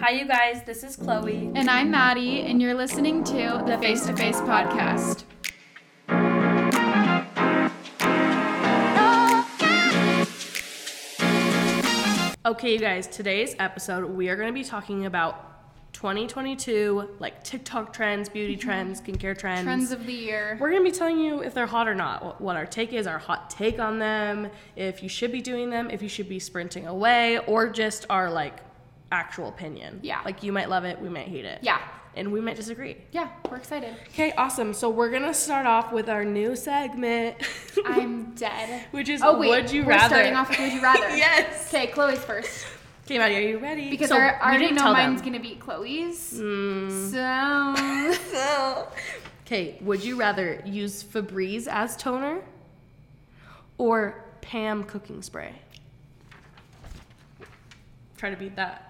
Hi, you guys. This is Chloe. And I'm Maddie, and you're listening to the Face to Face Podcast. Okay, you guys, today's episode, we are going to be talking about 2022, like TikTok trends, beauty trends, skincare Mm-hmm. trends. Trends of the year. We're going to be telling you if they're hot or not, wh- what our take is, our hot take on them, if you should be doing them, if you should be sprinting away, or just our like actual opinion. Yeah. Like you might love it, we might hate it. Yeah. And we might disagree. Yeah, we're excited. Okay, awesome. So we're going to start off with our new segment. I'm dead. Which is Oh, wait. would you we're rather? starting off with Would You Rather. yes. Okay, Chloe's first. Okay, Maddie, are you ready? Because So, I we I already didn't know tell mine's them. Hmm. going to be Chloe's. So. Okay, would you rather use Febreze as toner or Pam cooking spray? Try to beat that.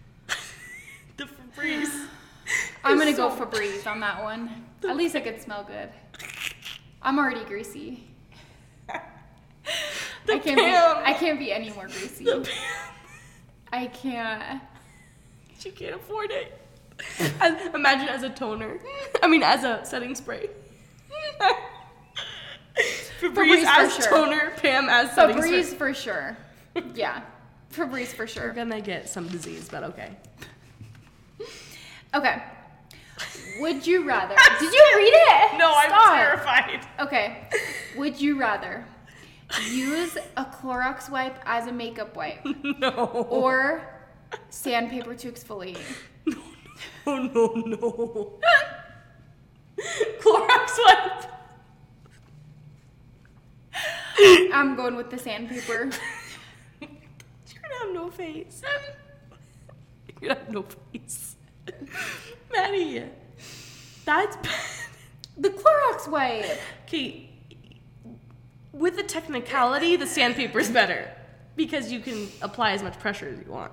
the Febreze. I'm going It's to go so- Febreze on that one. At least I could smell good. I'm already greasy. The I can't Pam. be I can't be any more greasy. The Pam. I can't. She can't afford it. As, imagine as a toner. I mean, as a setting spray. Febreze, Febreze for as sure. toner, Pam as setting spray. Febreze for sure. Yeah. Febreze for sure. We're gonna get some disease, but okay. Okay. Would you rather? Did you read it? No, I'm Stop. terrified. Okay. Would you rather use a Clorox wipe as a makeup wipe No. or sandpaper to exfoliate? Oh no no. Clorox wipe. I'm going with the sandpaper. You're gonna have no face. You're gonna have no face. Maddie, that's bad. The Clorox wipe. Okay, with the technicality, the sandpaper's better because you can apply as much pressure as you want.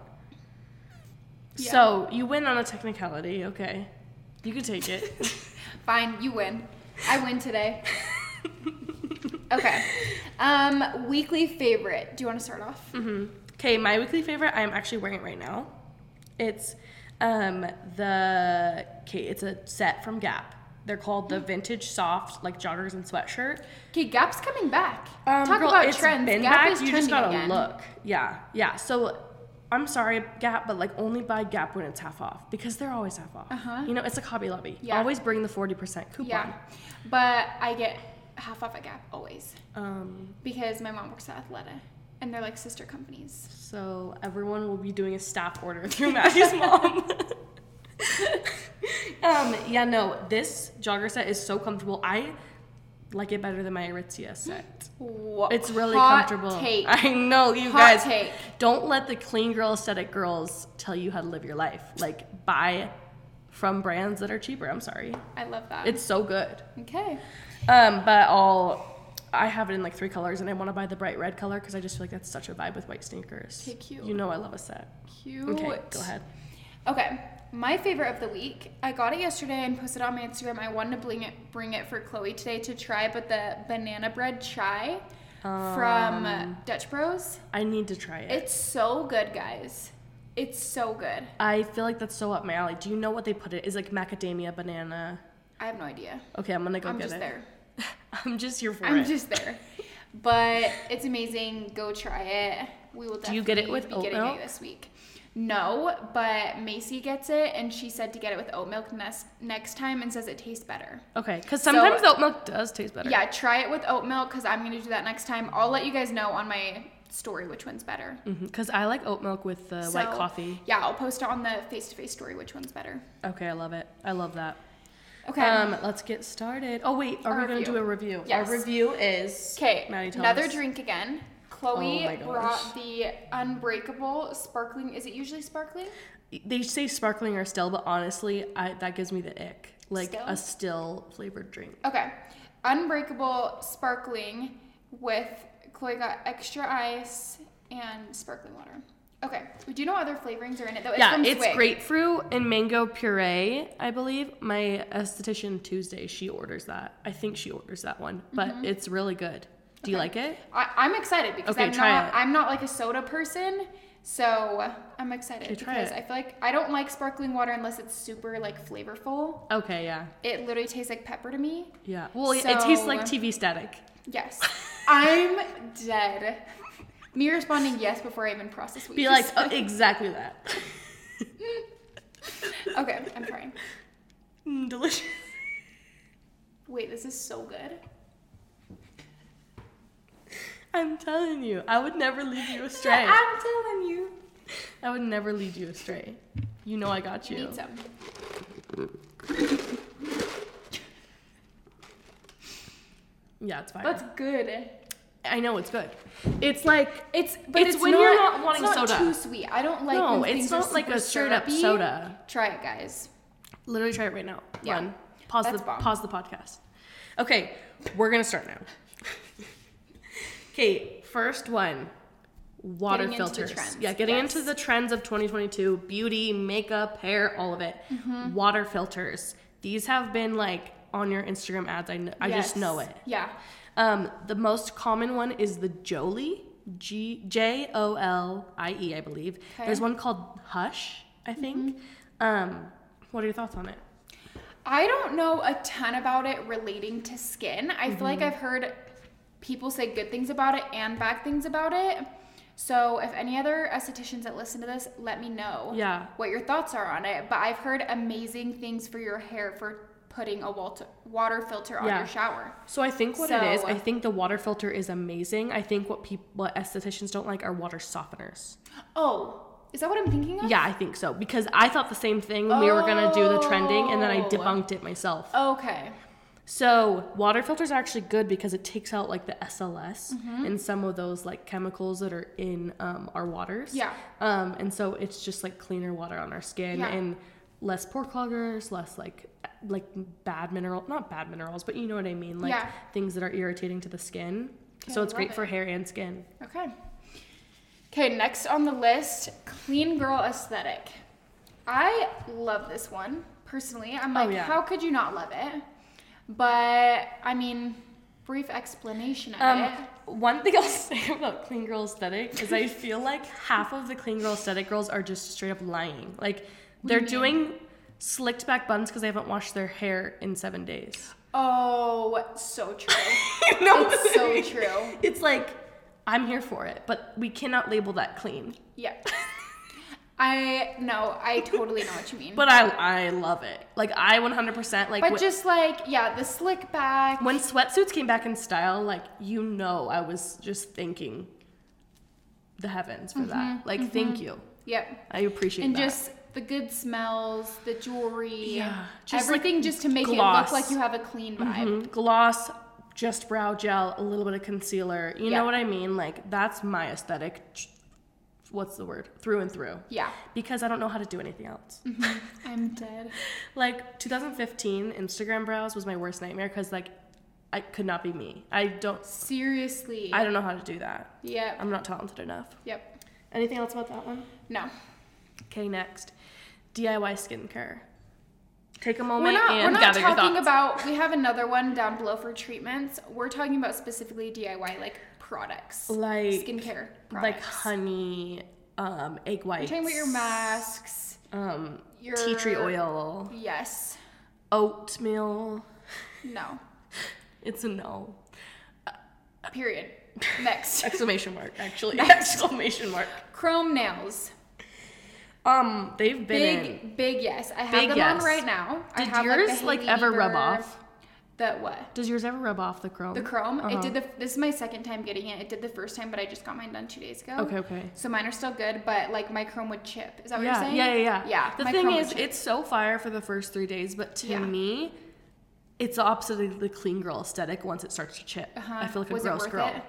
Yeah. So you win on a technicality, okay? You can take it. Fine, you win. I win today. Okay. Um, weekly favorite. Do you want to start off? Mm. Okay, Mm-hmm. my weekly favorite. I'm actually wearing it right now. It's um the okay. It's a set from Gap. They're called Mm. the vintage soft like joggers and sweatshirt. Okay, Gap's coming back. Um, Talk girl, about it's trends. been Gap back, is you trending just gotta again. look. Yeah, yeah. So I'm sorry, Gap, but like only buy Gap when it's half off because they're always half off. Uh-huh. You know, it's like Hobby Lobby. Yeah. Always bring the forty percent coupon. Yeah, but I get half off at Gap always Um. because my mom works at Athleta, and they're like sister companies. So everyone will be doing a staff order through Maggie's mom. um, yeah, no, this jogger set is so comfortable. I like it better than my Aritzia set. Whoa. It's really Hot comfortable. Take. I know you Hot guys. take. Don't let the clean girl aesthetic girls tell you how to live your life. Like buy from brands that are cheaper. I'm sorry. I love that. It's so good. okay. Um, but I'll. I have it in like three colors, and I want to buy the bright red color because I just feel like that's such a vibe with white sneakers. Okay, cute. You know I love a set. Cute. Okay, go ahead. Okay. My favorite of the week. I got it yesterday and posted it on my Instagram. I wanted to bring it, bring it for Chloe today to try, but the banana bread chai from Um, Dutch Bros. I need to try it. It's so good, guys. It's so good. I feel like that's so up my alley. Do you know what they put it? Is like macadamia banana. I have no idea. Okay, I'm gonna go I'm get just it. there. I'm just here for I'm it. just there. But it's amazing. Go try it. We will Do definitely you get it with be oat getting milk? it this week. No, but Macy gets it and she said to get it with oat milk next next time and says it tastes better. okay, because sometimes So- oat milk does taste better. Yeah, try it with oat milk because I'm gonna do that next time. I'll let you guys know on my story which one's better. Because Mm-hmm. I like oat milk with the white So, coffee. Yeah, I'll post it on the face to face story which one's better. Okay, I love it. I love that. Okay. Um, let's get started. Oh wait, are Our we gonna review. do a review? Yes. Our review is Okay, Maddie, tell another us. drink again. Chloe Oh my gosh. brought the Unbreakable sparkling. Is it usually sparkling? They say sparkling or still, but honestly, I that gives me the ick. Like Still? a still flavored drink. Okay, Unbreakable sparkling with Chloe got extra ice and sparkling water. Okay, do you know what other flavorings are in it though? It's yeah, from it's Swig. grapefruit and mango puree, I believe. Mm-hmm. My esthetician Tuesday, she orders that. I think she orders that one, but it's really good. Do you like it? I, I'm excited because Okay, I'm try not it. I'm not like a soda person. So I'm excited Okay, try because it. I feel like I don't like sparkling water unless it's super like flavorful. Okay, yeah. It literally tastes like pepper to me. Yeah. Well, it- it tastes like So- TV static. Yes. I'm dead. Me responding yes before I even process what Be you like, just oh, said. exactly that. Okay, I'm trying. Mm, delicious. Wait, this is so good. I'm telling you, I would never lead you astray. I'm telling you. I would never lead you astray. You know I got You you. need some. Yeah, it's fine. That's good. I know it's good. It's like It's but It's it's, when not, you're not wanting it's not soda. Too sweet. I don't like. No, when it's things are not like super a straight up syrupy. soda. Try it, guys. literally try it right now. Yeah. Run. Pause That's the bomb. pause the podcast. Okay, we're gonna start now. okay, first one. Water Getting into the filters. trends, Yeah, getting yes. into the trends of 2022, beauty, makeup, hair, all of it. Mm-hmm. Water filters. These have been like on your Instagram ads. I, kn- I just Yes. know it. Yeah. Um, the most common one is the Jolie, G J O L I E, I believe. Okay. Mm-hmm. There's one called Hush, I think. Um, what are your thoughts on it? I don't know a ton about it relating to skin. I feel Mm-hmm. like I've heard people say good things about it and bad things about it. So if any other estheticians that listen to this, let me know Yeah. what your thoughts are on it. But I've heard amazing things for your hair for putting a walter- water filter on Yeah. your shower. So I think what it is, So- I think the water filter is amazing. I think what people, what estheticians don't like are water softeners. Oh, is that what I'm thinking of? Yeah, I think so because I thought the same thing when we were gonna do the trending, and then I Oh. debunked it myself. Okay. So water filters are actually good because it takes out like the SLS Mm-hmm. and some of those like chemicals that are in um, our waters. Yeah. Um, and so it's just like cleaner water on our skin Yeah. and less pore cloggers, less like like bad mineral, not bad minerals, but you know what I mean, like Yeah. things that are irritating to the skin. Okay, so it's love great for it. hair and skin. Okay. Okay, next on the list, clean girl aesthetic. I love this one personally. I'm Oh, like, yeah. how could you not love it? But I mean, brief explanation of Um, it. one thing I'll say about clean girl aesthetic is I feel like half of the clean girl aesthetic girls are just straight up lying. Like they're doing slicked back buns because they haven't washed their hair in seven days. Oh, so true. no, it's so true. It's like I'm here for it, but we cannot label that clean. Yeah. I no, I totally know what you mean. But I I love it. Like I 100% like but when- just like yeah, the slick back. when sweatsuits came back in style, like you know, I was just thanking the heavens for that. Like thank you. Yep. I appreciate Mm-hmm. and that. just the good smells, the jewelry, Yeah, just, like, everything just to make gloss. it look like you have a clean vibe. Mhm. gloss just brow gel a little bit of concealer you Yeah. know what i mean like that's my aesthetic what's the word through and through Yeah, Mm-hmm. because i don't know how to do anything else I'm dead. like 2015 instagram brows was my worst nightmare because like i could not be me i don't Seriously. i don't know how to do that yep. i'm not talented enough Yep. anything else about that one No, okay next diy skincare take a we're moment not. Oh, and We're not gather your talking thoughts about. We have another one down below for treatments. We're talking about specifically DIY like products, like skincare like products. honey um egg We're whites talking about your masks, um your tea tree oil, Yes. oatmeal. No. It's a no. Period. Next, Exclamation mark, actually. Exclamation mark. chrome nails. Um, they've been Big, in. big yes. I have Big them yes. on right now. I Did have yours the like, Hailey ever rub Bieber- off? The what? Does yours ever rub off the chrome? The chrome. Uh-huh. It did the. This is my second time getting it. It did the first time, but I just got mine done two days ago. Okay, okay. So mine are still good, but like my chrome would chip. Is that what you're Yeah, saying? yeah, yeah, yeah. Yeah. The my thing chrome would is, chip. it's so fire for the first three days, but to Yeah. me, it's the opposite of the clean girl aesthetic once it starts to chip. Uh-huh. I feel like a Was it gross worth girl. it?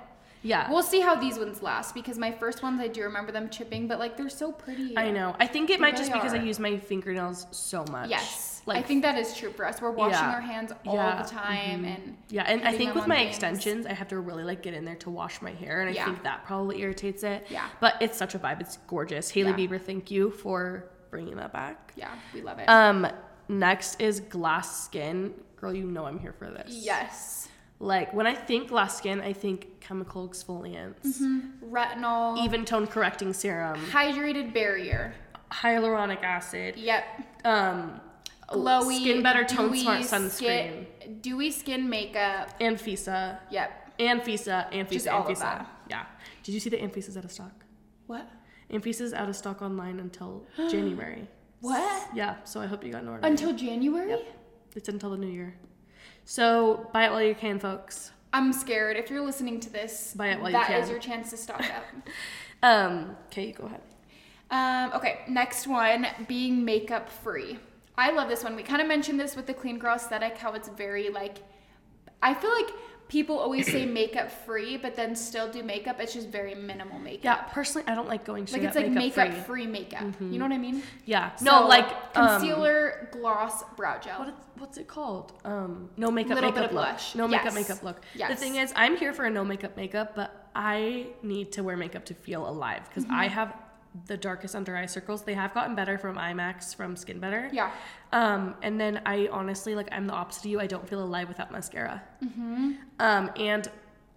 Yeah. We'll see how these ones last because my first ones I do remember them chipping, but like they're so pretty. I know. I think it might just really because I are. use my fingernails so much. Yes. Like I think that is true for us. We're washing Yeah. our hands all Yeah. Mm-hmm. the time, and Yeah, and I putting think them with on my things. extensions, I have to really like get in there to wash my hair, and I Yeah. think that probably irritates it. Yeah. but it's such a vibe. It's gorgeous. Haley Yeah. Bieber, thank you for bringing that back. yeah, we love Uh, it. Um, next is glass skin. Girl, you know I'm here for this. yes. Like when I think less skin, I think chemical exfoliants, Mm-hmm. Retinol. even tone correcting serum, Hydrated barrier. hyaluronic acid, Yep. um, Glowy. skin better tone dewy smart skin- sunscreen, dewy skin makeup. and FISA, Yep. and FISA, and FISA, Just and all of FISA. that. Yeah. Did you see that Anfisa's out of stock? What? Anfisa's out of stock online until January. What? Yeah, so I hope you got an order. Until January? It's until the new year. So buy it while you can, folks. I'm scared. If you're listening to this, Buy it while you that can. is your chance to stock up. Um, okay, you go ahead. um, okay, next one being makeup free. I love this one. We kind of mentioned this with the clean girl aesthetic, how it's very like. I feel like people always say makeup free, but then still do makeup. It's just very minimal makeup. Yeah, personally, I don't like going straight Like it's up like makeup, makeup, free. Mm-hmm. free. makeup. You know what I mean? Yeah, no, So, like um, concealer, gloss, brow gel. What it's, what's it called? Um, no makeup Little makeup bit of look. blush. No makeup Yes. makeup look. The Yes. thing is, I'm here for a no makeup makeup, but I need to wear makeup to feel alive because I Mm-hmm. have the darkest under eye circles. They have gotten better from IMAX, from Skin Better. Yeah. Um, and then I honestly like I'm the opposite of you. I don't feel alive without mascara. Um, and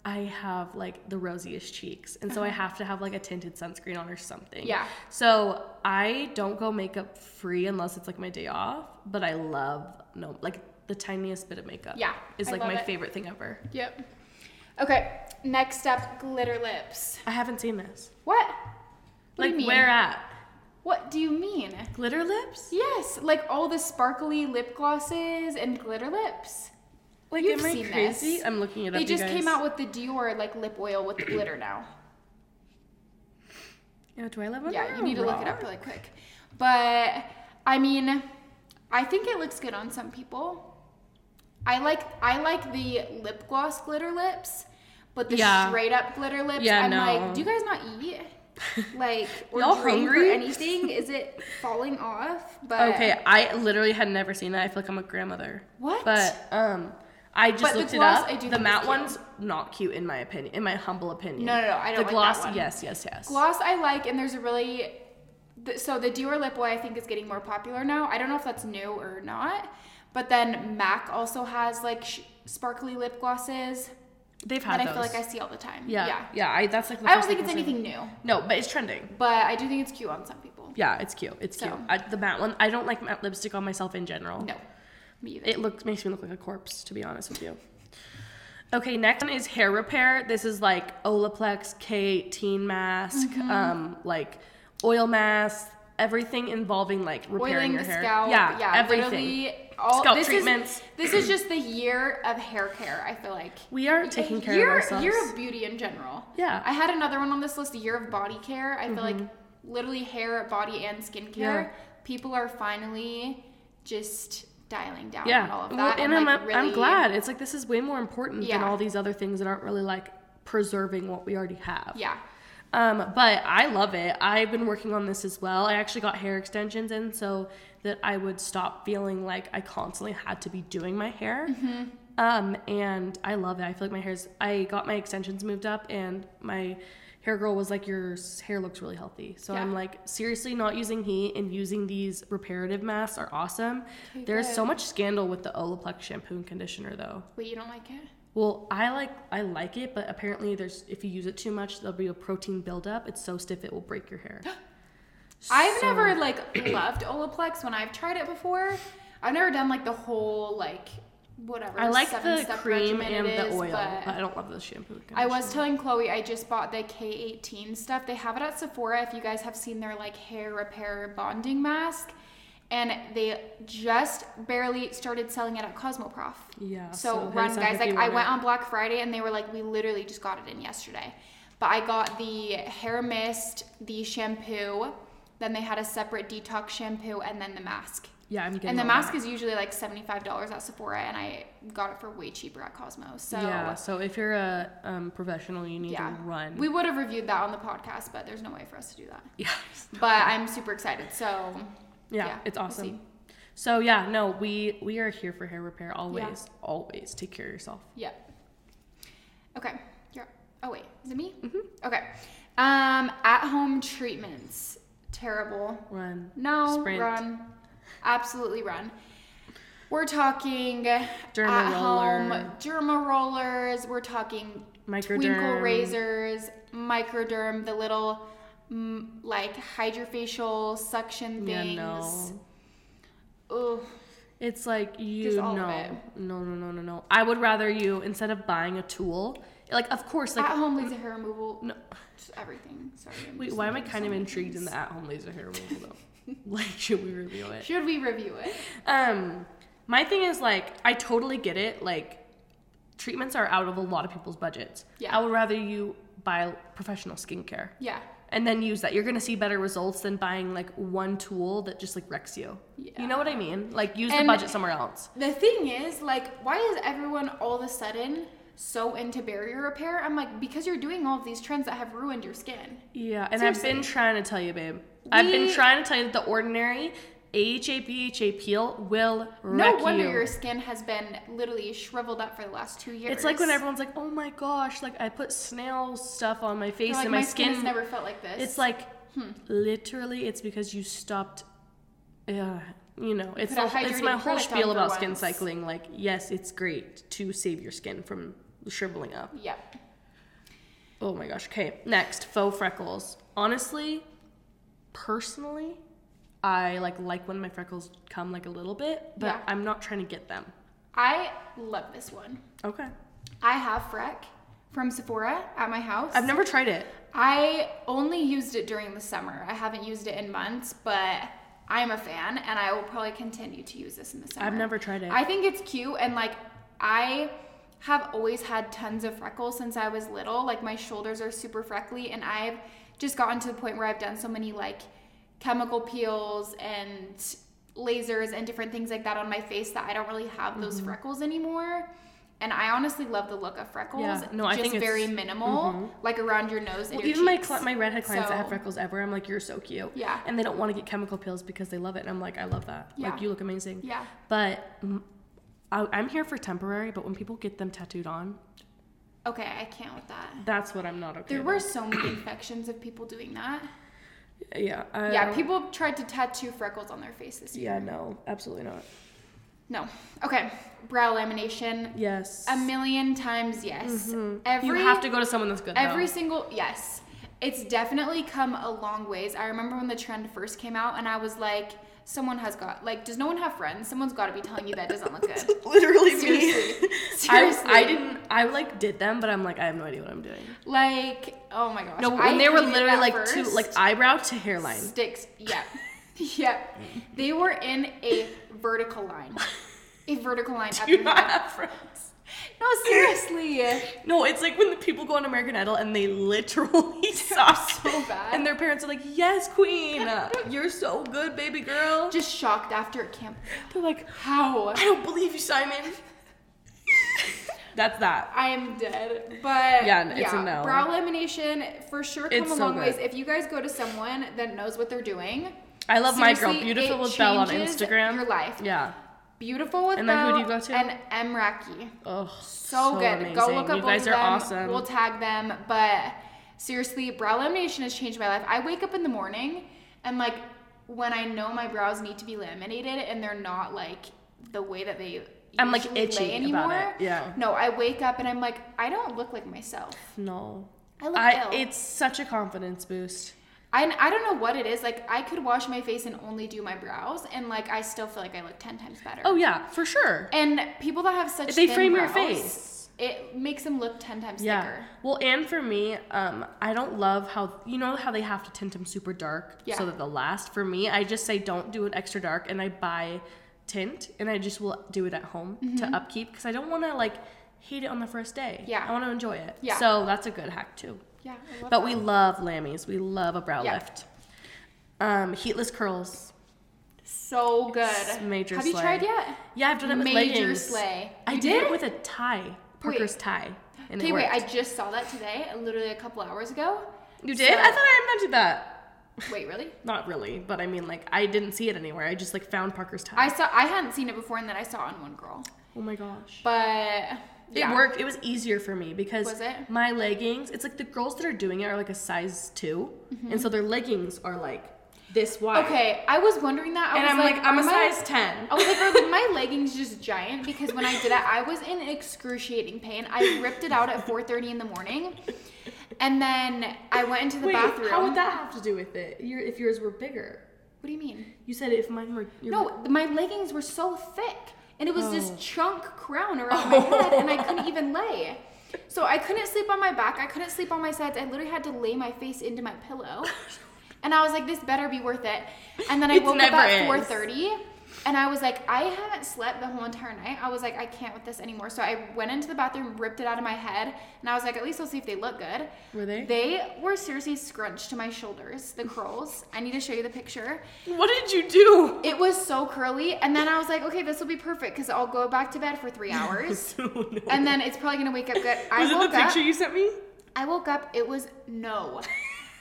I have like the rosiest cheeks, and so I have to have like a tinted sunscreen on or something. Uh-huh. Yeah. So I don't go makeup free unless it's like my day off. But I love no like the tiniest bit of makeup. Yeah, Is I like love my it. favorite thing ever. Yep. Okay. Next up, glitter lips. I haven't seen this. What? What do like you mean? where at? What do you mean? Glitter lips? Yes, like all the sparkly lip glosses and glitter lips. Like You've am I seen this. crazy? I'm looking it up. They you just guys. came out with the Dior like lip oil with the glitter now. Yeah, do I live on Yeah, that you need to or look it wrong? up really quick. But I mean, I think it looks good on some people. I like I like the lip gloss glitter lips, but the Yeah. straight up glitter lips. Yeah, I'm no. like, do you guys not eat? Like or Y'all drink hungry? or anything? Is it falling off? But Okay, I literally had never seen that. I feel like I'm a grandmother. What? But um, I just But the looked it gloss, up. I do think the is matte cute. one's not cute in my opinion. In my humble opinion. No, no, no, I don't The like that gloss, one. yes, yes, yes. gloss I like, and there's a really th- so the Dior lip oil I think is getting more popular now. I don't know if that's new or not, but then Mac also has like sh- sparkly lip glosses They've that had I those. feel like I see all the time. yeah, yeah, I, that's like. The I don't first think thing it's I see. anything new, No, but it's trending. but I do think it's cute on some people. Yeah, it's cute. It's So. cute. I, the matte one. I don't like matte lipstick on myself in general. No, me either. It looks makes me look like a corpse, to be honest with you. Okay, next one is hair repair. This is like Olaplex K18 mask, Mm-hmm. um, like oil mask, everything involving like repairing Oiling your the hair. scalp, yeah, everything. literally All, Scalp this treatments. Is, this is just the year of hair care. I feel like We are taking care year, of ourselves. Year of beauty in general. Yeah. I had another one on this list, year of body care. I feel like literally hair, body, and skincare. Yeah. People are finally just dialing down yeah, on all of Well, that. and, I'm, like, I'm really- glad. It's like this is way more important than Yeah. all these other things that aren't really like preserving what we already have. Yeah. Um, but I love it. I've been working on this as well. I actually got hair extensions in so that I would stop feeling like I constantly had to be doing my hair. Mm-hmm. Um, and I love it. I feel like my hair's. I got my extensions moved up, and my hair girl was like, "Your s- hair looks really healthy." So I'm Yeah. like, seriously, not using heat and using these reparative masks are awesome. Okay, There's so good. much scandal with the Olaplex shampoo and conditioner, though. Wait, you don't like it? Well, I like I like it, but apparently there's if you use it too much, there'll be a protein buildup. It's so stiff it will break your hair. I've So- never like loved Olaplex when I've tried it before. I've never done like the whole like whatever. I like the seven-step cream regimen and it the is, oil, but- but, I don't love the shampoo. and I was conditioner. telling Chloe I just bought the K18 stuff. They have it at Sephora if you guys have seen their like hair repair bonding mask. And they just barely started selling it at Cosmoprof. yeah. so hit run us up guys. if you Like I want went it. on Black Friday and they were like, we literally just got it in yesterday. But I got the hair mist, the shampoo, then they had a separate detox shampoo and then the mask. Yeah, I'm getting And the all mask that. is usually like $75 at Sephora and I got it for way cheaper at Cosmo. So yeah. So if you're a um, professional, you need to run. we would have reviewed that on the podcast, but there's no way for us to do that. yeah. But I'm super excited. So Yeah, Yeah, it's we'll awesome. see. so yeah, no, we we are here for hair repair always. Always take care of yourself. yeah. Okay. You're, oh wait, is it me? Mm-hmm. Okay. Um, at home treatments. Terrible. Run. No. Sprint. Run. Absolutely run. We're talking Derma at roller. home derma rollers. We're talking Microderm. twinkle razors, microderm, the little mm, like hydrofacial suction Yeah, things. no. Ugh. It's like you Just all know, of it. no, no, no, no, no. I would rather you instead of buying a tool, like of course, like mm, at home laser hair removal. no. Just everything. Sorry. I'm Wait, just why am I thinking kind of so many intrigued in things. the at-home laser hair removal though? like, should we review it? Should we review it? Um, my thing is like I totally get it. Like treatments are out of a lot of people's budgets. Yeah. I would rather you buy professional skincare Yeah. and then use that. You're gonna see better results than buying like one tool that just like wrecks you. Yeah. You know what I mean? Like use And- the budget somewhere else. The thing is, like, why is everyone all of a sudden so into barrier repair? I'm like, because you're doing all of these trends that have ruined your skin. Yeah, and I've been Seriously. trying to tell you, babe. I've been We- trying to tell you that the ordinary AHA BHA peel will No wreck wonder you. your skin has been literally shriveled up for the last two years. It's like when everyone's like, "Oh my gosh!" Like I put snail stuff on my face You're like, and my, my, skin, has never Hmm. felt like this. It's like literally, it's because you stopped. Uh, you know, it's Put a the, whole- it's hydrating my whole product spiel on for about skin once. cycling. Like, yes, it's great to save your skin from shriveling up. yep. Oh my gosh. Okay, next faux freckles. Honestly, personally, I like like when my freckles come like a little bit, but Yeah. I'm not trying to get them. I love this one. Okay, I have Freck from Sephora at my house. I've never tried it. I only used it during the summer. I haven't used it in months, but I'm a fan and I will probably continue to use this in the summer. I've never tried it. I think it's cute and like I have always had tons of freckles since I was little. Like my shoulders are super freckly and I've just gotten to the point where I've done so many like chemical peels and lasers and different things like that on my face that I don't really have Mm-hmm. those freckles anymore. And I honestly love the look of freckles. Yeah. No, I just think it's- Mm-hmm. very minimal, like around your nose and Well, your even my cheeks. cli my redhead clients that have So- freckles everywhere, I'm like, you're so cute. Yeah. And they don't want to get chemical pills because they love it, and I'm like, I love that. Yeah. Like you look amazing. Yeah. But mm, I, I'm here for temporary. But when people get them tattooed on, Okay, I can't with that. that's what I'm not okay. There with. were so many infections of people doing that. Yeah. I Yeah, don't- people tried to tattoo freckles on their face this year. Yeah. No. Absolutely not. No. Okay. Brow lamination. Yes. Mm-hmm. A million times yes. Every you have to go to someone that's good. though. every single yes. It's definitely come a long ways. I remember when the trend first came out and I was like, someone has got like, does no one have friends? Someone's gotta be telling you that doesn't look good. literally Seriously. I, Seriously. I didn't. I like did them, but I'm like, I have no idea what I'm doing. like, oh my gosh. No, I when they were hated literally that like two, first. like eyebrow to hairline. Sticks. Yep. yep. They were in a vertical line. A vertical line up You your not head. have friends. No, seriously. It No, it's like when the people go on American Idol and they literally suck so bad. and their parents are like, "Yes, queen, you're so good, baby girl." Just shocked after it camp. They're like, How? "I don't believe you, Simon." That's that. I am dead. But Yeah, it's a no. brow lamination for sure come It's a so long good. ways. If you guys go to someone that knows what they're doing, I love my girl, Seriously, beautiful it with Belle on changes Instagram. your life. Yeah. beautiful with And then who do Belle you go to? And Emraki. Oh, so, good. Go look up You both guys of are them. awesome. We'll tag them. But seriously, brow lamination has changed my life. I wake up in the morning and like when I know my brows need to be laminated and they're not like the way that they I'm, like, usually itchy lay about anymore. it. Yeah. No, I wake up and I'm like, I don't look like myself. no. I look I, ill. it's such a confidence boost. I, I don't know what it is. Like I could wash my face and only do my brows, and like I still feel like I look ten times better. Oh yeah, for sure. And people that have such They thin frame your brows, face. It makes them look ten times Yeah. thicker. Well, and for me, um, I don't love how you know how they have to tint them super dark Yeah. so that they'll last. For me, I just say don't do it extra dark, and I buy tint, and I just will do it at home to upkeep because I don't want to like hate it on the first day. Mm-hmm. Yeah. I want to enjoy it. Yeah. So that's a good hack too. Yeah. I love But we love lamies. We love a brow Yeah. lift. Um, heatless curls. So good. It's major Have you slay. tried yet? Yeah, I've done it with Major leggings. slay. I You did, did? it with a tie, Parker's Wait. tie. and it Okay, wait. worked. I just saw that today, literally a couple hours ago. you did? I so- thought I invented that. Wait, really? Not really, but I mean, like, I didn't see it anywhere. I just, like, found Parker's tie. I saw. I hadn't seen it before, and then I saw it on one girl. oh my gosh. But yeah. It worked. It was easier for me because Was it? my leggings, it's like the girls that are doing it are like a size 2 And so their leggings are like this wide. Mm-hmm. Okay, I was wondering that. I and was I'm like, I'm a are my- size 10. I was like, are my leggings just giant? Because when I did it, I was in excruciating pain. I ripped it out at 4:30 in the morning, and then I went into the Wait, bathroom. how would that have to do with it? Your, if yours were bigger. What do you mean? You said if mine were. Your No, my leggings were so thick, and it was this Oh. chunk crown around my head, and I couldn't even lay. So I couldn't sleep on my back. I couldn't sleep on my sides. I literally had to lay my face into my pillow, and I was like, "This better be worth it." And then I It woke up never at is. four thirty, and I was like, "I haven't slept the whole entire night." I was like, "I can't with this anymore." So I went into the bathroom, ripped it out of my head, and I was like, "At least I'll see if they look good." Were they? They were seriously scrunched to my shoulders. The curls. I need to show you the picture. What did you do? It was so curly, and then I was like, okay, this will be perfect because I'll go back to bed for three hours, and then it's probably gonna wake up good. I Was it the woke up. picture you sent me? I woke up. It was no.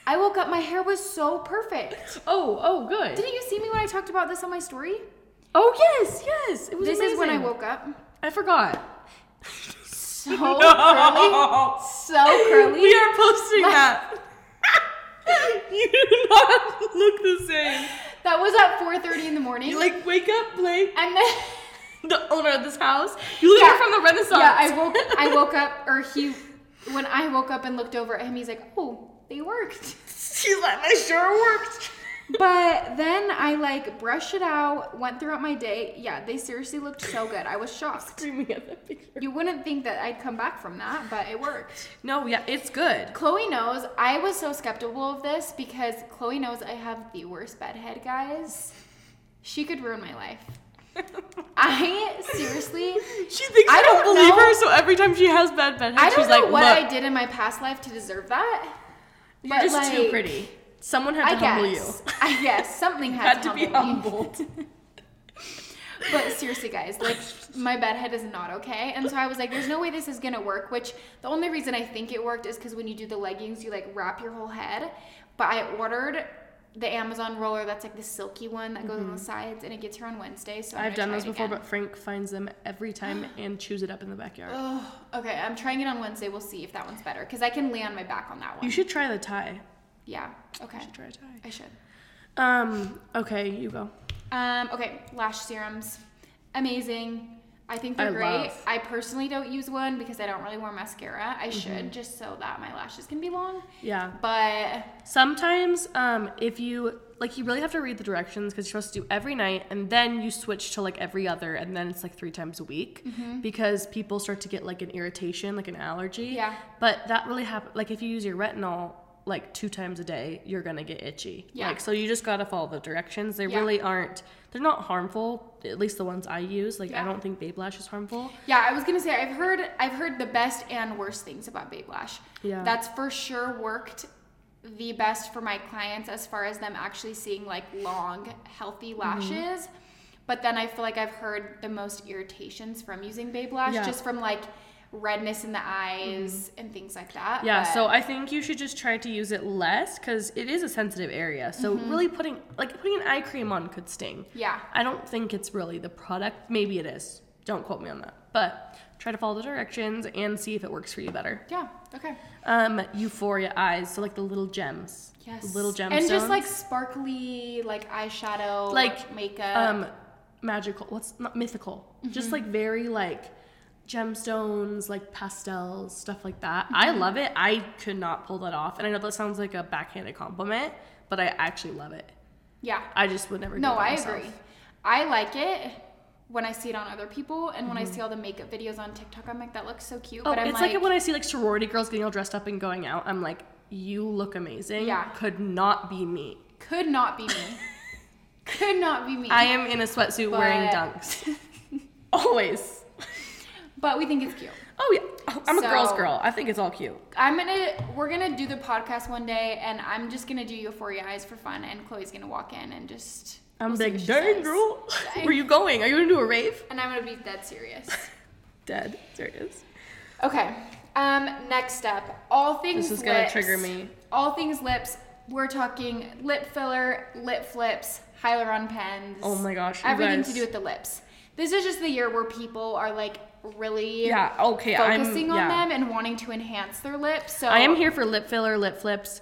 I woke up. My hair was so perfect. Oh, oh, good. Didn't you see me when I talked about this on my story? oh, yes, yes. It was This is when I amazing. woke up. I forgot. So curly. Oh, So curly. We are posting My- that. you do not look the same. That was at 4:30 in the morning. You like wake up, Blake, and then. the owner of this house. You look like Yeah. you're from the Renaissance. Yeah, I woke. I woke up, or he. When I woke up and looked over at him, he's like, "Oh, they worked." She's like, my sure worked. But then I like brushed it out, went throughout my day. Yeah, they seriously looked so good. I was shocked. Screaming at that picture. You wouldn't think that I'd come back from that, but it worked. No, yeah, it's good. Chloe knows I was so skeptical of this because Chloe knows I have the worst bedhead, guys. She could ruin my life. I seriously, She thinks I I don't, don't believe know. her, so every time she has bad bed, I don't she's know like, what look, I did in my past life to deserve that. you're but, just too like, pretty. Someone had to I humble guess. you. I guess something had, Had to, to be humble me. humbled. But seriously, guys, like my bedhead is not okay, and so I was like, "There's no way this is gonna work." Which the only reason I think it worked is because when you do the leggings, you like wrap your whole head. But I ordered the Amazon roller that's like the silky one that goes on the sides, and it gets here on Wednesday. So I'm Mm-hmm. gonna I've done try those it before, again. but Frank finds them every time and chews it up in the backyard. Ugh, okay, I'm trying it on Wednesday. We'll see if that one's better because I can lay on my back on that one. you should try the tie. Yeah. Okay. You should try a tie. I should. Um. Okay, you go. Um, okay, lash serums. Amazing. I think they're I great. love. Mm-hmm. I personally don't use one because I don't really wear mascara. I should just so that my lashes can be long. Yeah. But Sometimes, um, if you like, you really have to read the directions because you're supposed to do every night, and then you switch to like every other, and then it's like three times a week Mm-hmm. because people start to get like an irritation, like an allergy. Yeah. But that really happens. Like, if you use your retinol like two times a day, you're gonna get itchy. Yeah. Like, so you just gotta follow the directions. They Yeah. really aren't. They're not harmful. At least the ones I use. Like, Yeah. I don't think Babe Lash is harmful. yeah, I was gonna say I've heard I've heard the best and worst things about Babe Lash. Yeah. That's for sure worked the best for my clients as far as them actually seeing like long, healthy Mm-hmm. lashes. But then I feel like I've heard the most irritations from using Babe Lash, Yeah. Mm-hmm. just from like redness in the eyes and things like that. Yeah, but- so I think you should just try to use it less because it is a sensitive area. So really putting like putting an eye cream on could sting. Mm-hmm. Yeah. I don't think it's really the product. Maybe it is. Don't quote me on that. But try to follow the directions and see if it works for you better. Yeah. Okay. Um, euphoria eyes, so like the little gems. Yes. Little gems. And just like sparkly, like eyeshadow, Like, like makeup. um magical what's not mythical Mm-hmm. just like very like gemstones like pastels stuff like that i Mm-hmm. love it i could not pull that off and i know that sounds like a backhanded compliment but i actually love it yeah. i just would never do No, that I myself. agree. I like it when I see it on other people, and when I see all the makeup videos on TikTok, I'm like, that looks so cute. Mm-hmm. oh but I'm it's like, when i see like sorority girls getting all dressed up and going out i'm like you look amazing Yeah. could not be me could not be me. could not be me. i am in a sweatsuit wearing But- dunks always But we think it's cute. oh yeah i'm a girl's So- girl i think it's all cute I'm gonna we're gonna do the podcast one day, and I'm just gonna do Euphoria eyes for fun, and Chloe's gonna walk in and just i'm we'll see like what she dang says." girl where you going are you gonna do a rave And I'm gonna be dead serious. dead. There it is. Okay. Um, next up, all things. This is gonna lips. trigger me. All things lips. We're talking lip filler, lip flips, hyaluron pens. Oh my gosh, you Everything guys. to do with the lips. This is just the year where people are like really Yeah. Okay. focusing on I'm, yeah. them and wanting to enhance their lips. So I am here for lip filler, lip flips.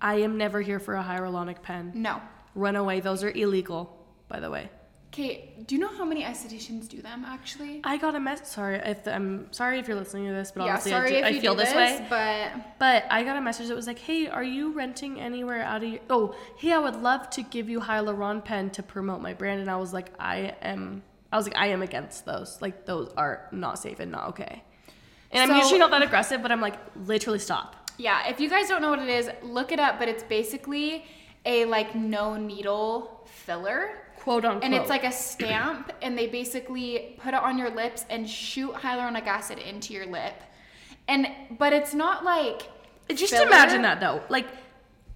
I am never here for a hyaluronic pen. No. Run away. Those are illegal, by the way. Okay, do you know how many estheticians do them actually? I got a message. Sorry if the, I'm sorry if you're listening to this, but yeah, honestly, sorry I, if do, you I feel do this way. but But I got a message that was like, "Hey, are you renting anywhere out of your? Oh, hey, I would love to give you Hyaluron Pen to promote my brand." And I was like, "I am." I was like, "I am against those. Like, those are not safe and not okay." And So- I'm usually not that aggressive, but I'm like, literally stop. yeah, if you guys don't know what it is, look it up. But it's basically a like no needle filler. Quote unquote. And it's like a stamp, and they basically put it on your lips and shoot hyaluronic acid into your lip. And but it's not like just filler. imagine that though, like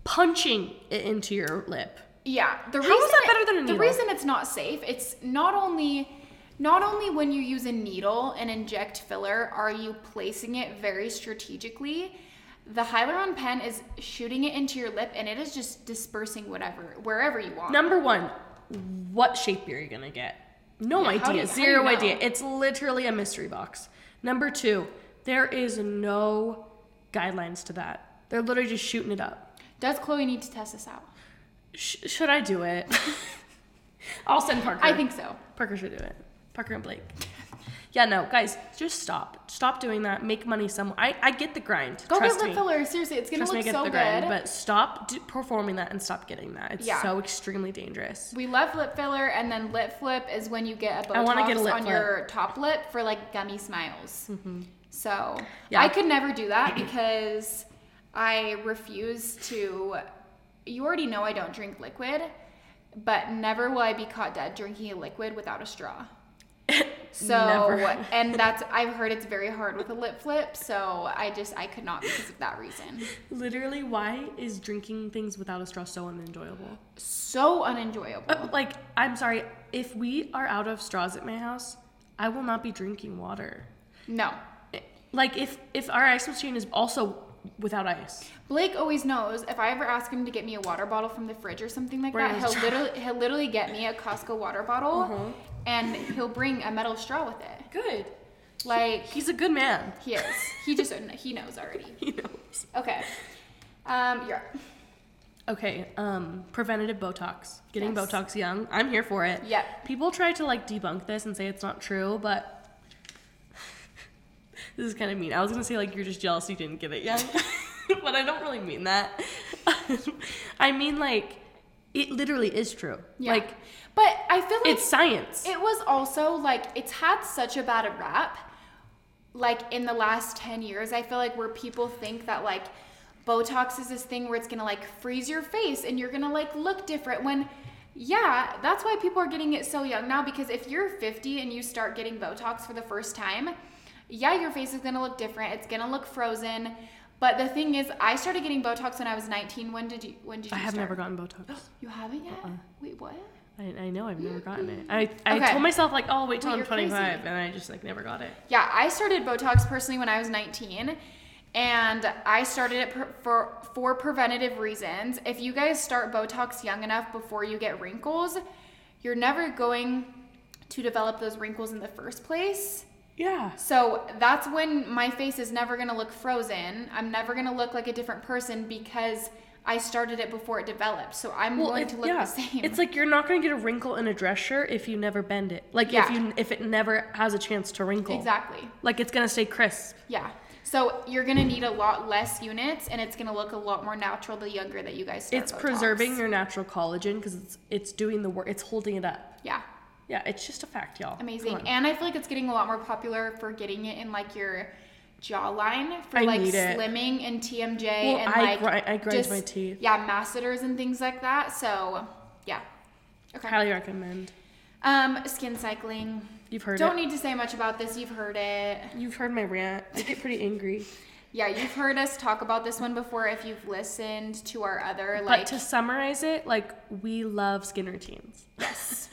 punching it into your lip. Yeah, the How is reason that better than a the needle? reason it's not safe. It's not only not only when you use a needle and inject filler are you placing it very strategically. The hyaluron pen is shooting it into your lip and it is just dispersing whatever wherever you want. Number one, what shape are you gonna get? No Yeah, how do you- idea. how do Zero you know? idea. It's literally a mystery box. Number two, there is no guidelines to that. They're literally just shooting it up. Does Chloe need to test this out? Sh- should I do it? I'll send Parker. I think so. Parker should do it. Parker and Blake. Yeah, no, guys, just stop. Stop doing that. Make money somewhere. I, I get the grind. Go Trust get lip me. filler. Seriously, it's gonna Trust me, I look get so the good. grind. But stop d- performing that and stop getting that. It's Yeah. so extremely dangerous. we love lip filler, and then lip flip is when you get a Botox I wanna get a lip Mm-hmm. on your top lip for like gummy smiles. So Yeah. I could never do that because I refuse to. You already know I don't drink liquid, but never will I be caught dead drinking a liquid without a straw. So Never. and that's I've heard it's very hard with a lip flip, so I just I could not because of that reason. Literally, why is drinking things without a straw so unenjoyable? So unenjoyable. Uh, like, I'm sorry, if we are out of straws at my house, I will not be drinking water. No. Eh, Like, if if our ice machine is also without ice, Blake always knows if I ever ask him to get me a water bottle from the fridge or something like Bring that, a he'll straw. literally he'll literally get me a Costco water bottle Uh-huh. and he'll bring a metal straw with it. good. Like He's a good man. he is. He just he knows already. He knows. Okay. Um you're up. Okay, um, preventative Botox. Getting Yes. Botox young. I'm here for it. Yep. People try to like debunk this and say it's not true, but this is kind of mean. I was gonna say like you're just jealous you didn't get it young, but I don't really mean that. I mean like it literally is true. Yeah. Like but I feel like it's science. It was also like it's had such a bad rap, like in the last ten years. I feel like where people think that like Botox is this thing where it's gonna like freeze your face and you're gonna like look different. When yeah, that's why people are getting it so young now because if you're 50 and you start getting Botox for the first time, yeah, your face is gonna look different. It's gonna look frozen. But the thing is, I started getting Botox when I was 19. When did you? When did you? I have start? never Uh-uh. gotten Botox. You haven't yet. Wait, what? I, I know I've never gotten it. I, I Mm. Okay. told myself like, oh, wait till Wait, I'm you're crazy. 25, and I just like never got it. Yeah, I started Botox personally when I was 19, and I started it per- for for preventative reasons. If you guys start Botox young enough before you get wrinkles, you're never going to develop those wrinkles in the first place. Yeah. So that's when my face is never going to look frozen. I'm never going to look like a different person because I started it before it developed. So I'm going it- to look yeah. the same. It's like you're not going to get a wrinkle in a dress shirt if you never bend it. Like Yeah. if you if it never has a chance to wrinkle. exactly. Like it's going to stay crisp. Yeah. So you're gonna need a lot less units, and it's gonna look a lot more natural the younger that you guys start. it's Botox. preserving your natural collagen because it's it's doing the work. It's holding it up. Yeah, Yeah, it's just a fact, y'all. Come amazing. on. And I feel like it's getting a lot more popular for getting it in like your jawline for I like need it. slimming and TMJ Well, and I like grind- I grind just- my teeth. Yeah, masseters and things like that. So yeah. Okay. Highly recommend. Um, skin cycling. You've heard Don't e-, it. need to say much about this. You've heard it. You've heard my rant. I get pretty angry. Yeah, you've heard us talk about this one before if you've listened to our other like but to summarize it, like we love skin routines. Yes.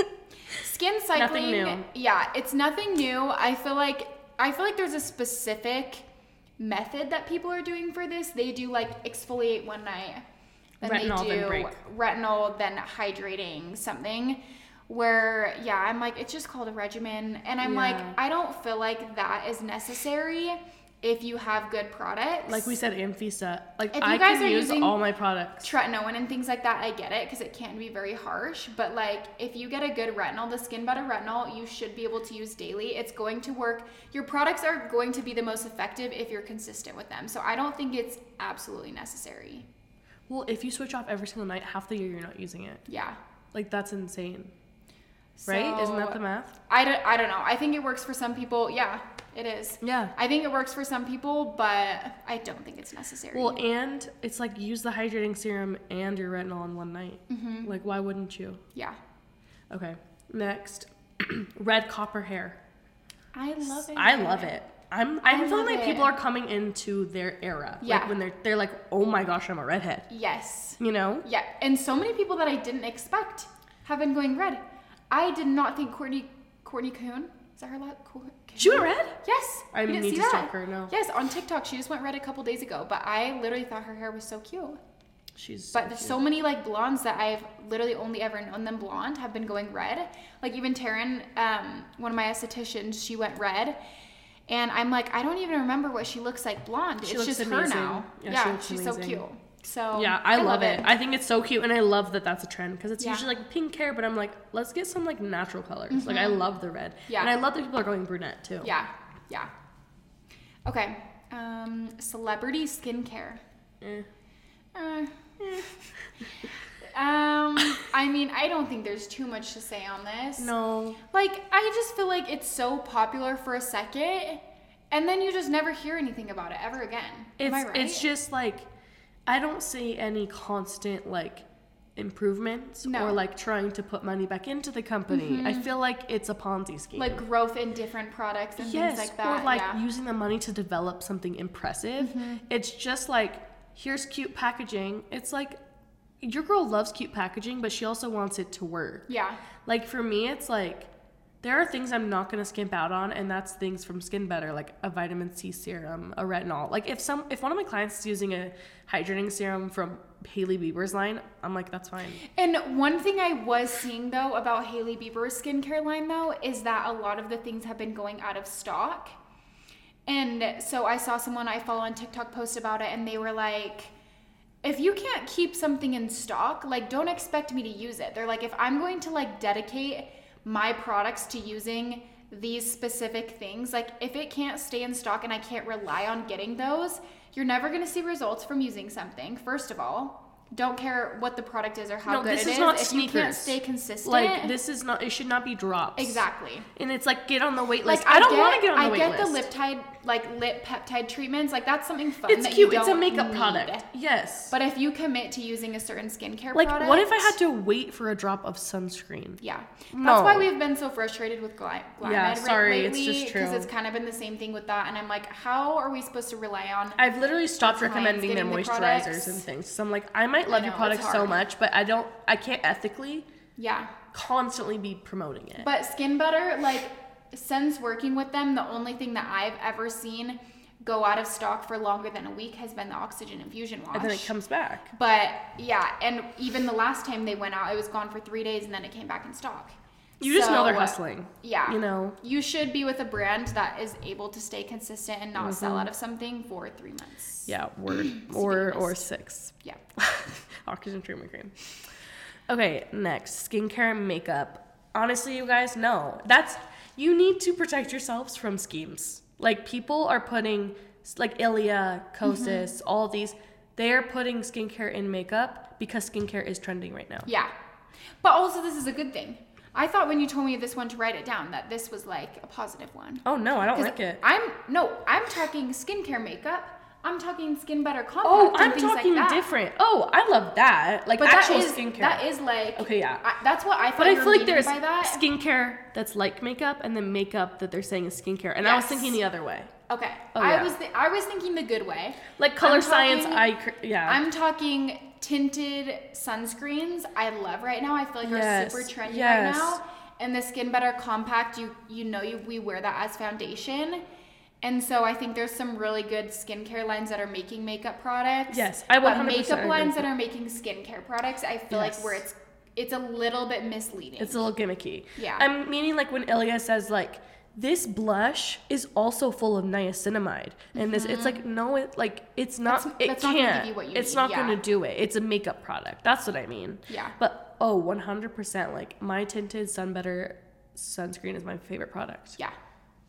Skin cycling. Nothing new. Yeah, it's nothing new. I feel like I feel like there's a specific method that people are doing for this. They do like exfoliate one night, then Retinol, they then do break. retinol, then hydrating something. Where yeah, I'm like it's just called a regimen, and I'm Yeah. like I don't feel like that is necessary if you have good products. Like we said, Amphisa. Like If you I guys can are use using all my products. tretinoin and things like that, I get it because it can be very harsh. But like, if you get a good retinol, the Skin Butter retinol, you should be able to use daily. It's going to work. Your products are going to be the most effective if you're consistent with them. So I don't think it's absolutely necessary. Well, if you switch off every single night, half the year you're not using it. Yeah. Like that's insane, right? Isn't that the math? I don't, I don't know. I think it works for some people. Yeah, it is. Yeah. I think it works for some people, but I don't think it's necessary. Well, and it's like use the hydrating serum and your retinol in one night. Mm-hmm. Like why wouldn't you? yeah. Okay. Next, red copper hair. I love it. I love it. I'm I, I feel love like it. people are coming into their era. Yeah. Like when they're they're like, oh my gosh, I'm a redhead. Yes. You know? Yeah, and so many people that I didn't expect have been going red. I did not think Courtney Courtney Coon is that her last? She went red? Yes, I you didn't need see to that. stalk her now. Yes, on TikTok she just went red a couple days ago, but I literally thought her hair was so cute. She's But there's so many like blondes that I've literally only ever known them blonde have been going red. Like even Taryn, um, one of my estheticians, she went red. And I'm like, I don't even remember what she looks like blonde. it's She looks just her amazing. now. Yeah, Yeah, she looks she's so amazing. cute. So Yeah, I, love, it. I think it's so cute, and I love that that's a trend because it's Yeah. usually like pink hair, but I'm like, let's get some like natural colors. Like I love the red. Mm-hmm. Yeah. and I love that people are going brunette too. Yeah, yeah. Okay, um, celebrity skincare. Eh. Uh, eh. um, I mean, I don't think there's too much to say on this. No. Like, I just feel like it's so popular for a second, and then you just never hear anything about it ever again. Am It's I right? it's just like I don't see any constant like improvements No. Mm-hmm. or like trying to put money back into the company. I feel like it's a Ponzi scheme. like growth in different products and yes, things like that. or like yeah. Mm-hmm. using the money to develop something impressive. It's just like here's cute packaging. It's like your girl loves cute packaging, but she also wants it to work. yeah, Like for me, it's like there are things I'm not gonna skimp out on, and that's things from Skin Better, like a vitamin C serum, a retinol. Like if some if one of my clients is using a hydrating serum from Hailey Bieber's line, I'm like, that's fine. And one thing I was seeing though about Hailey Bieber's skincare line though is that a lot of the things have been going out of stock. And so I saw someone I follow on TikTok post about it and they were like, if you can't keep something in stock, like don't expect me to use it. They're like, if I'm going to like dedicate my products to using these specific things, like if it can't stay in stock and I can't rely on getting those, you're never gonna see results from using something, first of all. Don't care what the product is or how No, good this it is is. not if you can't sneakers. stay consistent, Like this is not it should not be drops. exactly. And it's like get on the wait list. Like I, don't want to get on the I wait get list. the lip tide, like lip peptide treatments. Like that's something fun. it's that cute. You It's a don't makeup need. product. Yes. But if you commit to using a certain skincare like product, what if I had to wait for a drop of sunscreen? Yeah, No. that's why we've been so frustrated with Gly- Glymed Yeah, ri- sorry, it's lately just because true. it's kind of been the same thing with that, and I'm like, how are we supposed to rely on? I've literally stopped clients recommending their getting the moisturizers products. and things. So I'm like, I might love know, your it's product so hard. much, but I don't I can't ethically yeah, constantly be promoting it. But Skin Butter, like, since working with them, the only thing that I've ever seen go out of stock for longer than a week has been the oxygen infusion wash. and then it comes back. but yeah, and even the last time they went out, it was gone for three days, and then it came back in stock. You just know So, they're uh, hustling. Yeah. You know. You should be with a brand that is able to stay consistent and not sell out of something for three months. Mm-hmm. Yeah, word or or six. Yeah. Oxygen treatment cream. Okay, next skincare and makeup. Honestly, you guys know that's you need to protect yourselves from schemes. Like people are putting like Ilia, Kosas, Mm-hmm. all these. They are putting skincare in makeup because skincare is trending right now. Yeah. But also, this is a good thing. I thought when you told me this one to write it down that this was like a positive one. Oh no, I don't 'Cause like it. I'm no, I'm talking skincare makeup. I'm talking skin better compact. Oh, and I'm things talking like that. different. Oh, I love that. Like But actual that is skincare. that is like Okay, yeah. I, that's what I thought. But you I were feel like meaning there's by that. skincare that's like makeup, and then makeup that they're saying is skincare. And I was Yes. thinking the other way, Okay, Oh, I yeah. was th- I was thinking the good way. like color I'm science. talking- I cr- yeah. I'm talking tinted sunscreens. I love right now. I feel like Yes, are super trendy yes. right now. And the Skin Better Compact, you you know you we wear that as foundation. And so I think there's some really good skincare lines that are making makeup products. Yes, I but 100% makeup agree. lines that are making skincare products. I feel Yes. like where it's it's a little bit misleading. It's a little gimmicky. Yeah. I'm meaning like when Ilya says like this blush is also full of niacinamide, and this it's like no, it like it's not. That's- it that's not can't. gonna give you what you it's need, not yeah. gonna do it. It's a makeup product. That's what I mean. Yeah. But oh, 100%. Like my tinted sunbetter sunscreen is my favorite product. Yeah.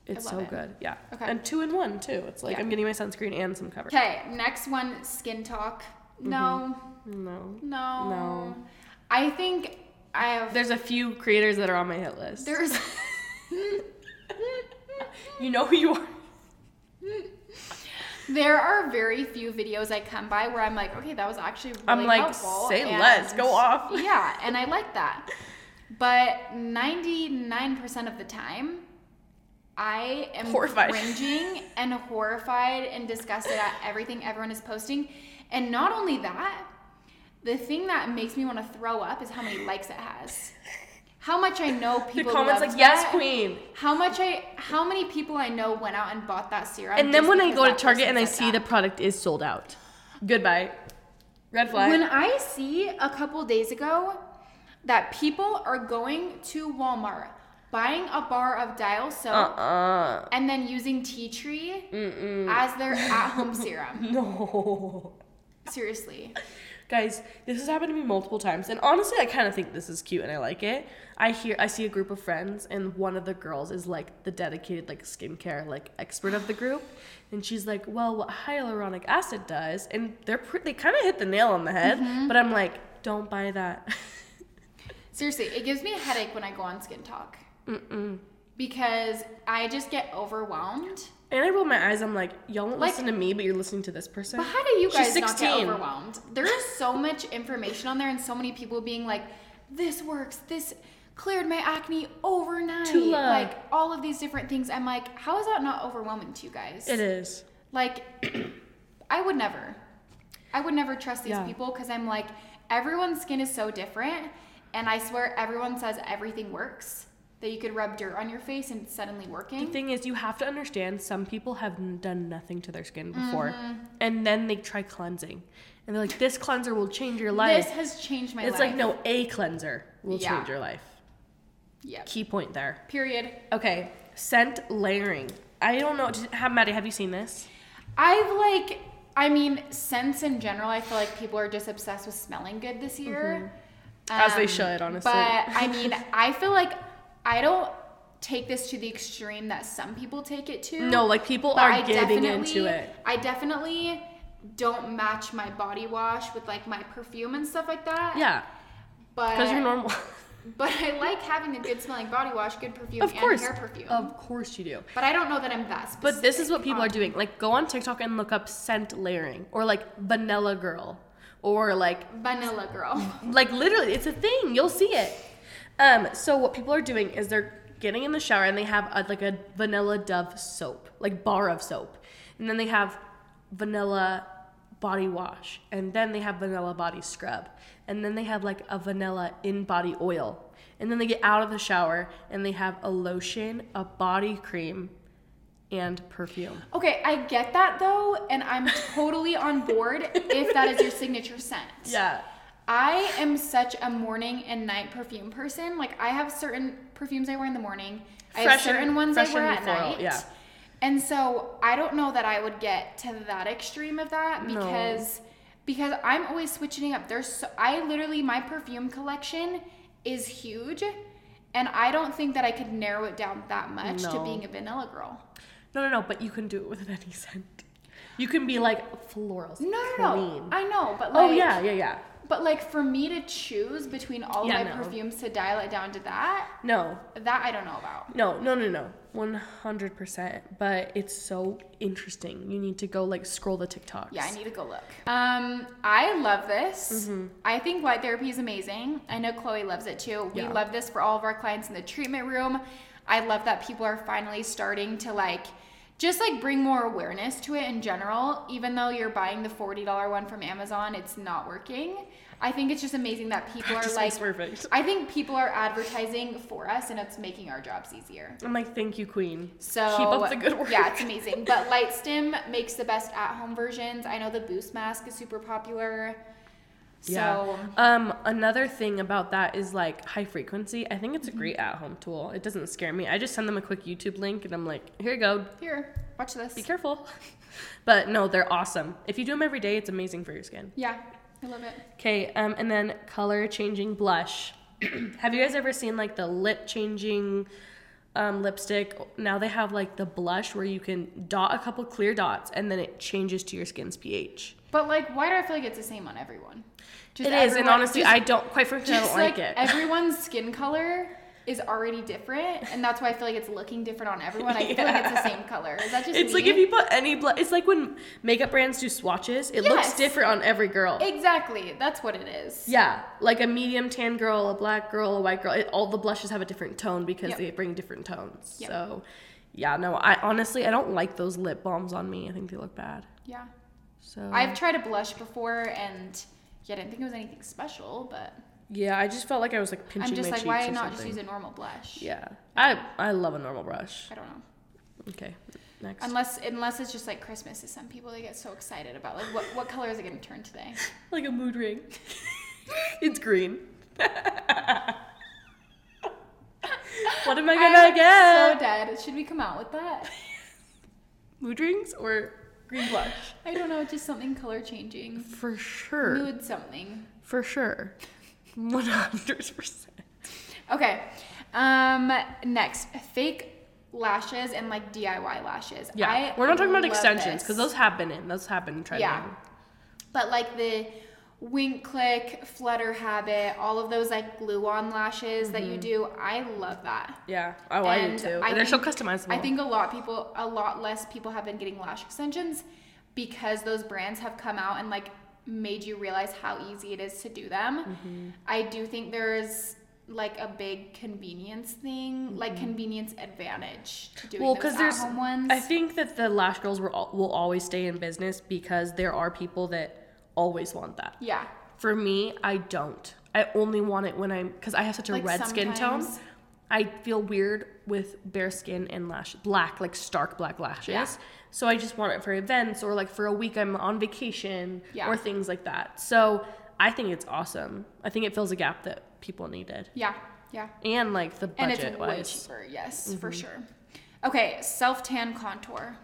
It's love so it. good. Yeah. Okay. And two in one too. It's like Yeah. I'm getting my sunscreen and some cover. Okay, next one skin talk. No, Mm-hmm. No. no. No. I think I have. There's a few creators that are on my hit list. There's. you know who you are. there are very few videos I come by where I'm like, okay, that was actually really I'm like, helpful. say and- less, go off. yeah, and I like that. But 99% of the time, I am Horrified. cringing and horrified and disgusted at everything everyone is posting. And not only that, the thing that makes me want to throw up is how many likes it has. How much I know The people comments loved like, yes, that. queen. How much I how many people I know went out and bought that serum. And then just when I because go to that Target person and I said see that. the product is sold out. Goodbye. Red flag. When I see a couple days ago that people are going to Walmart, buying a bar of dial soap, uh-uh. and then using tea tree as their at home serum. No. Seriously. Guys, this has happened to me multiple times, and honestly, I kind of think this is cute and I like it. I hear, I see a group of friends, and one of the girls is like the dedicated like skincare like expert of the group, and she's like, "Well, what hyaluronic acid does," and they're pre- they kind of hit the nail on the head, but I'm like, "Don't buy that." Seriously, it gives me a headache when I go on Skin Talk Mm-mm. because I just get overwhelmed. And I roll my eyes. I'm like, "Y'all won't Like- listen to me, but you're listening to this person." But how do you guys She's not get 16. overwhelmed? There is so much information on there and so many people being like, this works, this cleared my acne overnight. Tula. Like all of these different things. I'm like, how is that not overwhelming to you guys? It is. Like, I would never. I would never trust these Yeah. people because I'm like, everyone's skin is so different. And I swear everyone says everything works. That you could rub dirt on your face and it's suddenly The working. thing is, you have to understand some people have n- done nothing to their skin before, Mm-hmm. and then they try cleansing, and they're like, "This cleanser will change your this life." has changed my it's life. like, no, a cleanser will Yeah. change your life. Yep. Key point there. Period. Okay, scent layering. I don't know. Did, have, Maddie, have you seen this? I've like, I mean, scents in general, I feel like people are just obsessed with smelling good this year. Mm-hmm. Um, As they should, honestly. But I mean, I feel like I don't take this to the extreme that some people take it to. No, like people but are I getting definitely- into it. I definitely don't match my body wash with like my perfume and stuff like that. Yeah, But, because you're normal. but I like having a good smelling body wash, good perfume, of course, and hair perfume. of course you do. but I don't know that I'm that specific. But this is what people are on- doing. Like, go on TikTok and look up scent layering, or like vanilla girl, or like Vanilla girl. like literally it's a thing you'll see it um so what people are doing is they're getting in the shower and they have a, like a vanilla dove soap like bar of soap and then they have vanilla body wash and then they have vanilla body scrub and then they have like a vanilla in body oil and then they get out of the shower and they have a lotion a body cream and perfume Okay, I get that though, and I'm totally on board if that is your signature scent. yeah I am such a morning and night perfume person. Like I have certain perfumes I wear in the morning. I have Fresh and- certain ones I fresh wear and at floral, night. yeah. And so I don't know that I would get to that extreme of that No. because because I'm always switching up. There's so, I literally my perfume collection is huge, and I don't think that I could narrow it down that much to No. being a vanilla girl. no no no but you can do it with any scent you can be like florals No, no, no. clean. I know, but like, oh yeah yeah yeah But like for me to choose between all Yeah, my no. perfumes to dial it down to that, No, that I don't know about. no, no, no, no. 100%. But it's so interesting. You need to go like scroll the TikToks. Yeah, I need to go look. Um, I love this. Mm-hmm. I think light therapy is amazing. I know Chloe loves it too. We Yeah. love this for all of our clients in the treatment room. I love that people are finally starting to like just like bring more awareness to it in general. Even though you're buying the $40 one from Amazon, it's not working. I think it's just amazing that people are Practice like makes perfect. I think people are advertising for us and it's making our jobs easier. I'm like, thank you, Queen. So keep up the good work. Yeah, it's amazing. But Lightstim makes the best at-home versions. I know the Boost mask is super popular. So Um, another thing about that is like high frequency. I think it's a Mm-hmm. great at home tool. It doesn't scare me. I just send them a quick YouTube link and I'm like, here you go, here, watch this. be careful. but no, they're awesome. If you do them every day, it's amazing for your skin. Yeah, I love it. Okay, um, and then color changing blush. have you guys ever seen like the lip changing um, lipstick? Now they have like the blush where you can dot a couple clear dots and then it changes to your skin's pH. But like, why do I feel like it's the same on everyone? Just it is, and everyone- honestly, just- I don't quite frankly I don't just like, it. everyone's skin color is already different, and that's why I feel like it's looking different on everyone. I feel like it's the same color. Is that just It's like me? if you put any blush. It's like when makeup brands do swatches. It looks Yes. different on every girl. exactly that's what it is. yeah, like a medium tan girl, a black girl, a white girl. It, all the blushes have a different tone because Yep. they bring different tones. Yep. So, yeah, no, I honestly I don't like those lip balms on me. I think they look bad. Yeah, So I've tried a blush before, and yeah, I didn't think it was anything special, but yeah, I just felt like I was like pinching I'm just my like, cheeks why or not something. just use a normal blush? yeah, I I love a normal brush. I don't know. Okay, next. Unless unless it's just like Christmas is some people they get so excited about like what what color is it gonna turn today? like a mood ring. it's green. what am I gonna I'm get? So dead. Should we come out with that? mood rings or green blush? I don't know, just something color changing. For sure. Mood something. For sure. 100%. Okay. Um next, fake lashes and like DIY lashes. Yeah. I We're not talking about love extensions because this. those have been in. Those have been trending. Yeah. But like the wink click, flutter habit, all of those like glue on lashes that you do, I love that. Yeah. Mm-hmm. Oh, I do And too. I They're so think- customizable. I think a lot people, a lot less people have been getting lash extensions because those brands have come out and like made you realize how easy it is to do them. Mm-hmm. I do think there's like a big convenience thing, like convenience advantage to doing Mm-hmm. Well, those because at there's, home ones. I think that the lash girls will, al- will always stay in business because there are people that always want that. yeah, For me, I don't. I only want it when I'm because I have such a Like, red skin tone. sometimes- I feel weird with bare skin and lash black, like stark black lashes. Yeah. So I just want it for events or like for a week I'm on vacation Yeah. or things like that. So I think it's awesome. I think it fills a gap that people needed. yeah, yeah. And like the And budget it's way wise. cheaper, yes, for Mm-hmm. sure. Okay, self tan contour.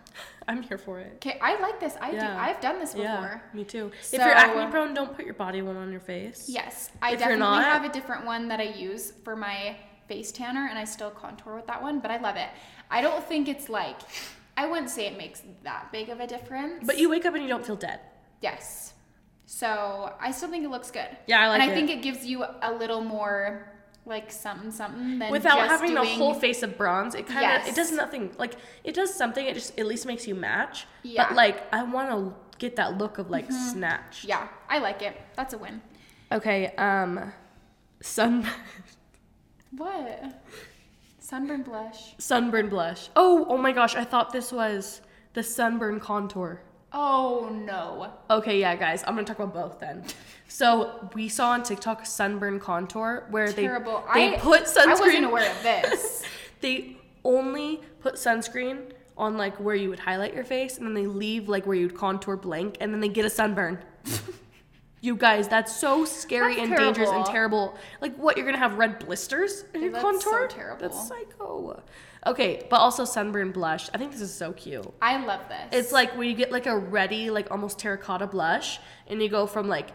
I'm here for it. Okay, I like this. I do. Yeah. I've done this before. Yeah. Me too. if you're So- acne prone, don't put your body one on your face. Yes, I If you're definitely not- have a different one that I use for my face tanner, and I still contour with that one, but I love it. I don't think it's like, I wouldn't say it makes that big of a difference. But you wake up and you don't feel dead. Yes. So I still think it looks good. Yeah, I like And I it. think it gives you a little more like something something than without just having doing, the whole face of bronze it kind of Yes. it does nothing like it does something it just at least makes you match Yeah. Mm-hmm. but like i want to get that look of like snatch Yeah, I like it. That's a win. okay um sun What? Sunburn blush. sunburn blush oh oh my gosh i thought this was the sunburn contour Oh no. Okay, yeah, guys, I'm gonna talk about both then. So we saw on TikTok sunburn contour where Terrible. they they I- put sunscreen. I wasn't aware of this. they only put sunscreen on like where you would highlight your face, and then they leave like where you'd contour blank, and then they get a sunburn. you guys, that's so scary That's and dangerous and terrible. terrible. Like, what you're gonna have red blisters in Yeah, your that's so contour? terrible. That's psycho. Okay, but also sunburn blush. I think this is so cute. I love this. It's like where you get like a ready, like almost terracotta blush, and you go from like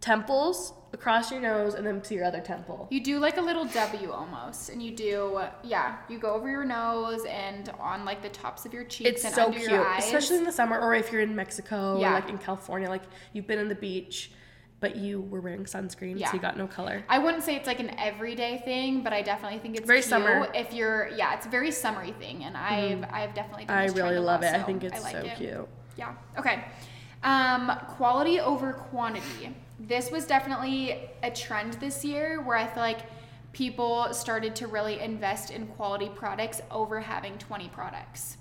temples across your nose and then to your other temple. You do like a little W almost, and you do yeah. You go over your nose and on like the tops of your cheeks It's and so under cute, your eyes. especially in the summer or if you're in Mexico Yeah. or like in California, like you've been on the beach, but you were wearing sunscreen, Yeah. so you got no color. I wouldn't say it's like an everyday thing, but I definitely think it's Very cute summer. Mm-hmm. If you're yeah, it's a very summery thing, and I've I've definitely. Done I this trend really a love lot, it. I so think it's like so it. cute. Yeah. Okay. Um, quality over quantity. This was definitely a trend this year where I feel like people started to really invest in quality products over having 20 products.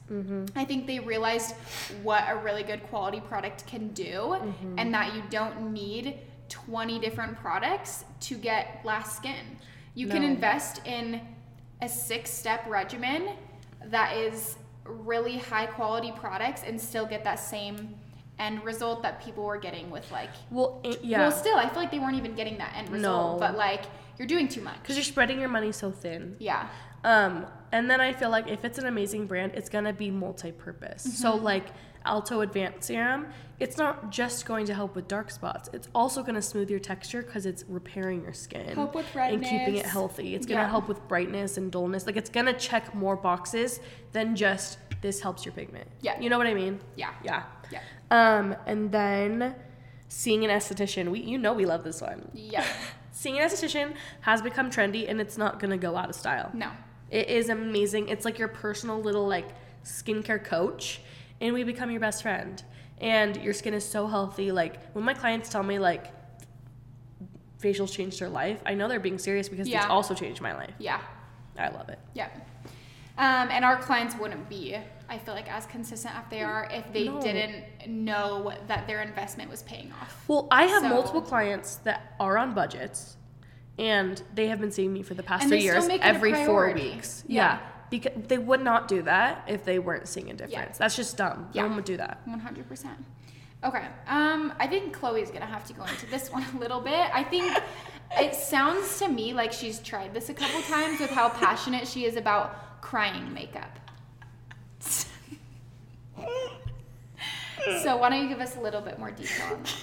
I think they realized what a really good quality product can do and that you don't need 20 different products to get glass skin. You can No. invest in a six step regimen that is really high quality products and still get that same end result that people were getting with like Well, it- yeah. well still i feel like they weren't even getting that end result No. but like you're doing too much because you're spreading your money so thin. yeah Um, and then I feel like if it's an amazing brand, it's gonna be multi-purpose. So Mm-hmm. like Alto Advanced Serum, it's not just going to help with dark spots. It's also gonna smooth your texture because it's repairing your skin, Help with and keeping it redness. healthy. It's gonna Yeah. help with brightness and dullness. Like it's gonna check more boxes than just this helps your pigment. Yeah. you know what I mean. yeah Yeah. yeah Um, and then seeing an esthetician. We you know we love this one. yeah Seeing an esthetician has become trendy and it's not gonna go out of style. no It is amazing. It's like your personal little like skincare coach, and we become your best friend. And your skin is so healthy. Like when my clients tell me like facials changed their life, I know they're being serious because Yeah. it's also changed my life. yeah I love it. yeah um, and our clients wouldn't be i feel like as consistent as they are if they Mm, No. didn't know that their investment was paying off Well, I have So- multiple clients that are on budgets, and they have been seeing me for the past And three they still years make it a every four priority. weeks. Yeah. Yeah. Because they would not do that if they weren't seeing a difference. That's just dumb. Yeah. No one would do that. One hundred percent. Okay. Um, I think Chloe's gonna have to go into this one a little bit. I think it sounds to me like she's tried this a couple times with how passionate she is about crying makeup. So why don't you give us a little bit more detail on that?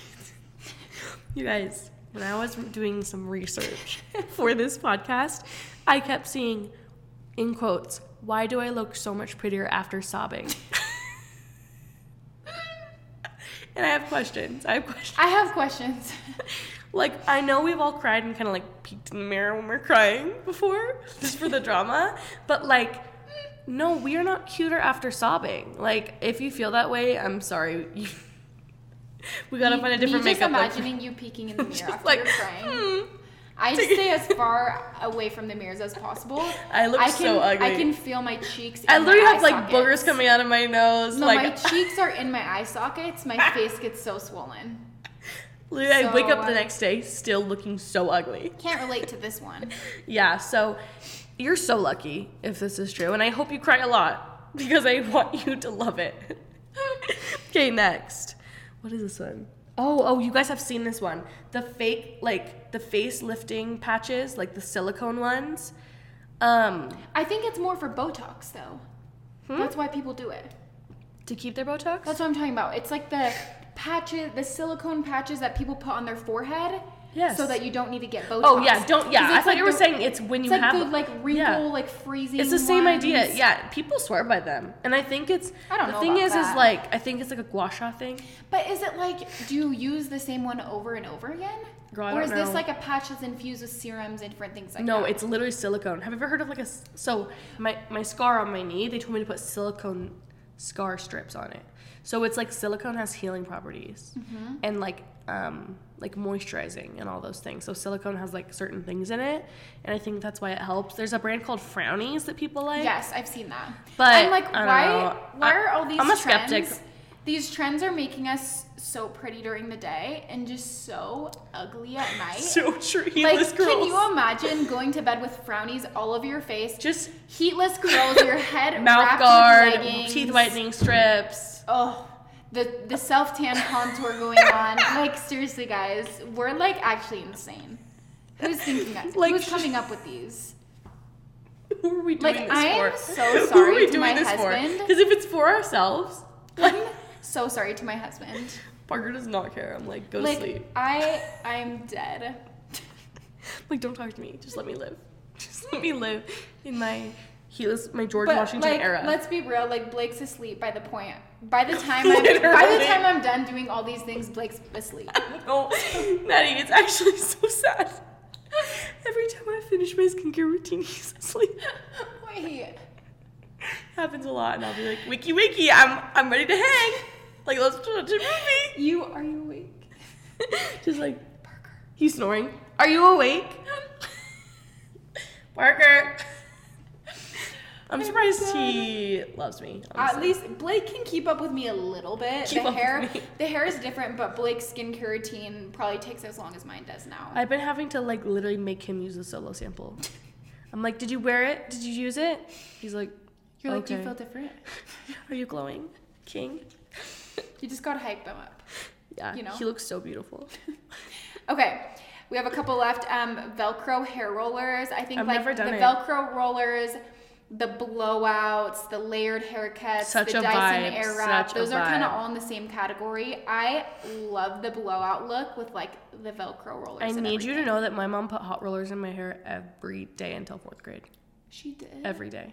You guys, when I was doing some research for this podcast, I kept seeing, in quotes, why do I look so much prettier after sobbing? and I have questions. I have questions. I have questions. Like, I know we've all cried and kind of like peeked in the mirror when we're crying before, just for the drama, but like, no, we are not cuter after sobbing. Like, if you feel that way, I'm sorry. You, we gotta Me- find a different me just makeup. look. imagining you peeking in the mirror Just after you're crying. hmm. I stay as far away from the mirrors as possible. I look I can, so ugly. I can feel my cheeks. I and my literally eye have like sockets. boogers coming out of my nose. No, my like, cheeks are in my eye sockets. My face gets so swollen. literally, I wake so, up the uh, next day still looking so ugly. Can't relate to this one. Yeah, so you're so lucky if this is true, and I hope you cry a lot because I want you to love it. okay, next. What is this one? Oh, oh, you guys have seen this one. The fake, like the face lifting patches, like the silicone ones. Um, I think it's more for Botox though. Hmm? That's why people do it. to keep their Botox. That's what I'm talking about. It's like the patches, the silicone patches that people put on their forehead. Yes. So that you don't need to get Botox. oh yeah, don't yeah. 'Cause I it's thought like you were the- saying it's when it's you like have the like wrinkle, yeah. like freezing. It's the same idea. ones. Yeah, people swear by them, and I think it's I don't the know thing about is is that. like I think it's like a gua sha thing. But is it like do you use the same one over and over again? Girl, I or don't is this know. like a patch that's infused with serums and different things like that? No, it's literally silicone. Have you ever heard of like a s- so my my scar on my knee? They told me to put silicone scar strips on it. So it's like silicone has healing properties Mm-hmm. and like um like moisturizing and all those things. So silicone has like certain things in it, and I think that's why it helps. There's a brand called Frownies that people like. Yes, I've seen that. But, I'm like, I don't why? know. Why I- are all these? I'm a trends, skeptic. These trends are making us so pretty during the day and just so ugly at night. So true. like, Heatless can girls. you imagine going to bed with frownies all over your face, Just heatless curls, your head mouth wrapped guard, with leggings, teeth whitening strips. Oh, the the self tan contour going on. Like seriously, guys, we're like actually insane. Who's thinking that? Like- Who's coming up with these? Who are we doing Like, this I for? am so sorry to my husband. Because if it's for ourselves, like I'm so sorry to my husband. Parker does not care. I'm like, go Like to sleep. I I'm dead. Like, don't talk to me. Just let me live. Just let me live in my heels, my George But Washington like, era. let's be real. Like Blake's asleep by the point. By the time I'm by the Literally. time I'm done doing all these things, Blake's asleep. no, Maddie, it's actually so sad. Every time I finish my skincare routine, he's asleep. Wait. Happens a lot, and I'll be like, wiki wiki, I'm I'm ready to hang. Like, let's watch a movie. You are you awake? Just like Parker. He's snoring. Are you awake? Parker. Oh I'm surprised he loves me. At Honestly. least Blake can keep up with me a little bit. Keep the up with hair me. the hair is different, but Blake's skincare routine probably takes as long as mine does now. I've been having to like literally make him use the solo sample. I'm like, did you wear it? Did you use it? He's like, You're like, do you okay. feel different? Are you glowing, King? You just gotta hype them up. Yeah, You know? he looks so beautiful. Okay. We have a couple left. Um, Velcro hair rollers. I think I've like never done the it. Velcro rollers, the blowouts, the layered haircuts, Such the a Dyson vibe, Air Wrap. such a Those are kind of vibe. all in the same category. I love the blowout look with like the Velcro rollers. I and need you to everything. know that my mom put hot rollers in my hair every day until fourth grade. She did. Every day.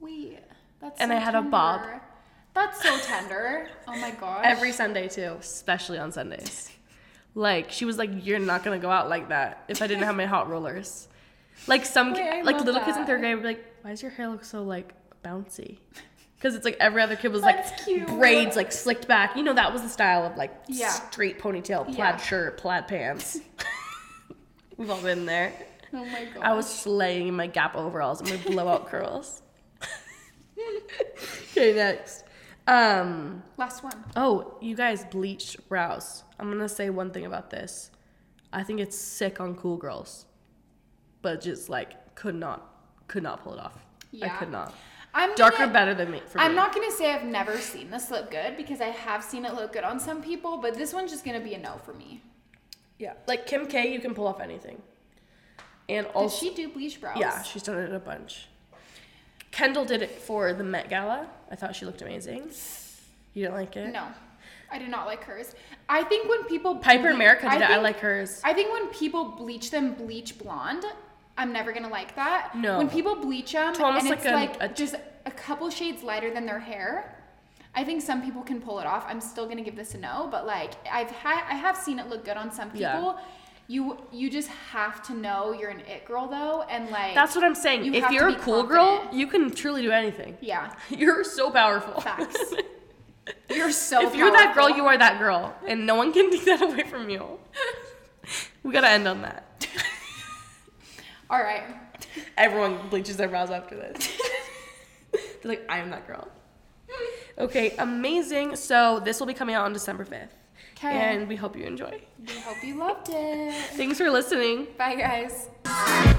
Wait, that's And so I had a bob. tender. That's so tender. Oh my gosh. Every Sunday too, especially on Sundays. Like she was like, "You're not gonna go out like that if I didn't have my hot rollers." Like some ki- Wait, I like love little kids in that. third grade would be like, "Why does your hair look so like bouncy?" Because it's like every other kid was like That's cute. braids like slicked back. You know that was the style of like Yeah. straight ponytail, plaid Yeah. shirt, plaid pants. We've all been there. Oh my gosh. I was slaying in my gap overalls and my blowout curls. okay, next. Um, last one. Oh, you guys bleached brows. I'm gonna say one thing about this. I think it's sick on cool girls, but just like could not, could not pull it off. I Yeah. could not. I'm Darker gonna- better than me. For I'm me. not gonna say I've never seen this look good because I have seen it look good on some people, but this one's just gonna be a no for me. Yeah, like Kim K, you can pull off anything. And Did also, she do bleach brows? yeah, she's done it a bunch. Kendall did it for the Met Gala. I thought she looked amazing. You didn't like it? No, I did not like hers. I think when people Piper ble- America did it. I think- like hers. I think when people bleach them bleach blonde, I'm never gonna like that. No. When people bleach them To almost and like it's an- like a- just a couple shades lighter than their hair, I think some people can pull it off. I'm still gonna give this a no, but like I've had I have seen it look good on some people. Yeah. You you just have to know you're an it girl though, and like That's what I'm saying. You if have to you're a be cool girl, confident. you can truly do anything. yeah. You're so powerful. Facts. You're so. if you're that girl, powerful. you are that girl, and no one can take that away from you. we gotta end on that. All right. Everyone bleaches their brows after this. They're like, I am that girl. Okay, amazing. So this will be coming out on December fifth, Okay. and we hope you enjoy. We hope you loved it. Thanks for listening. Bye, guys.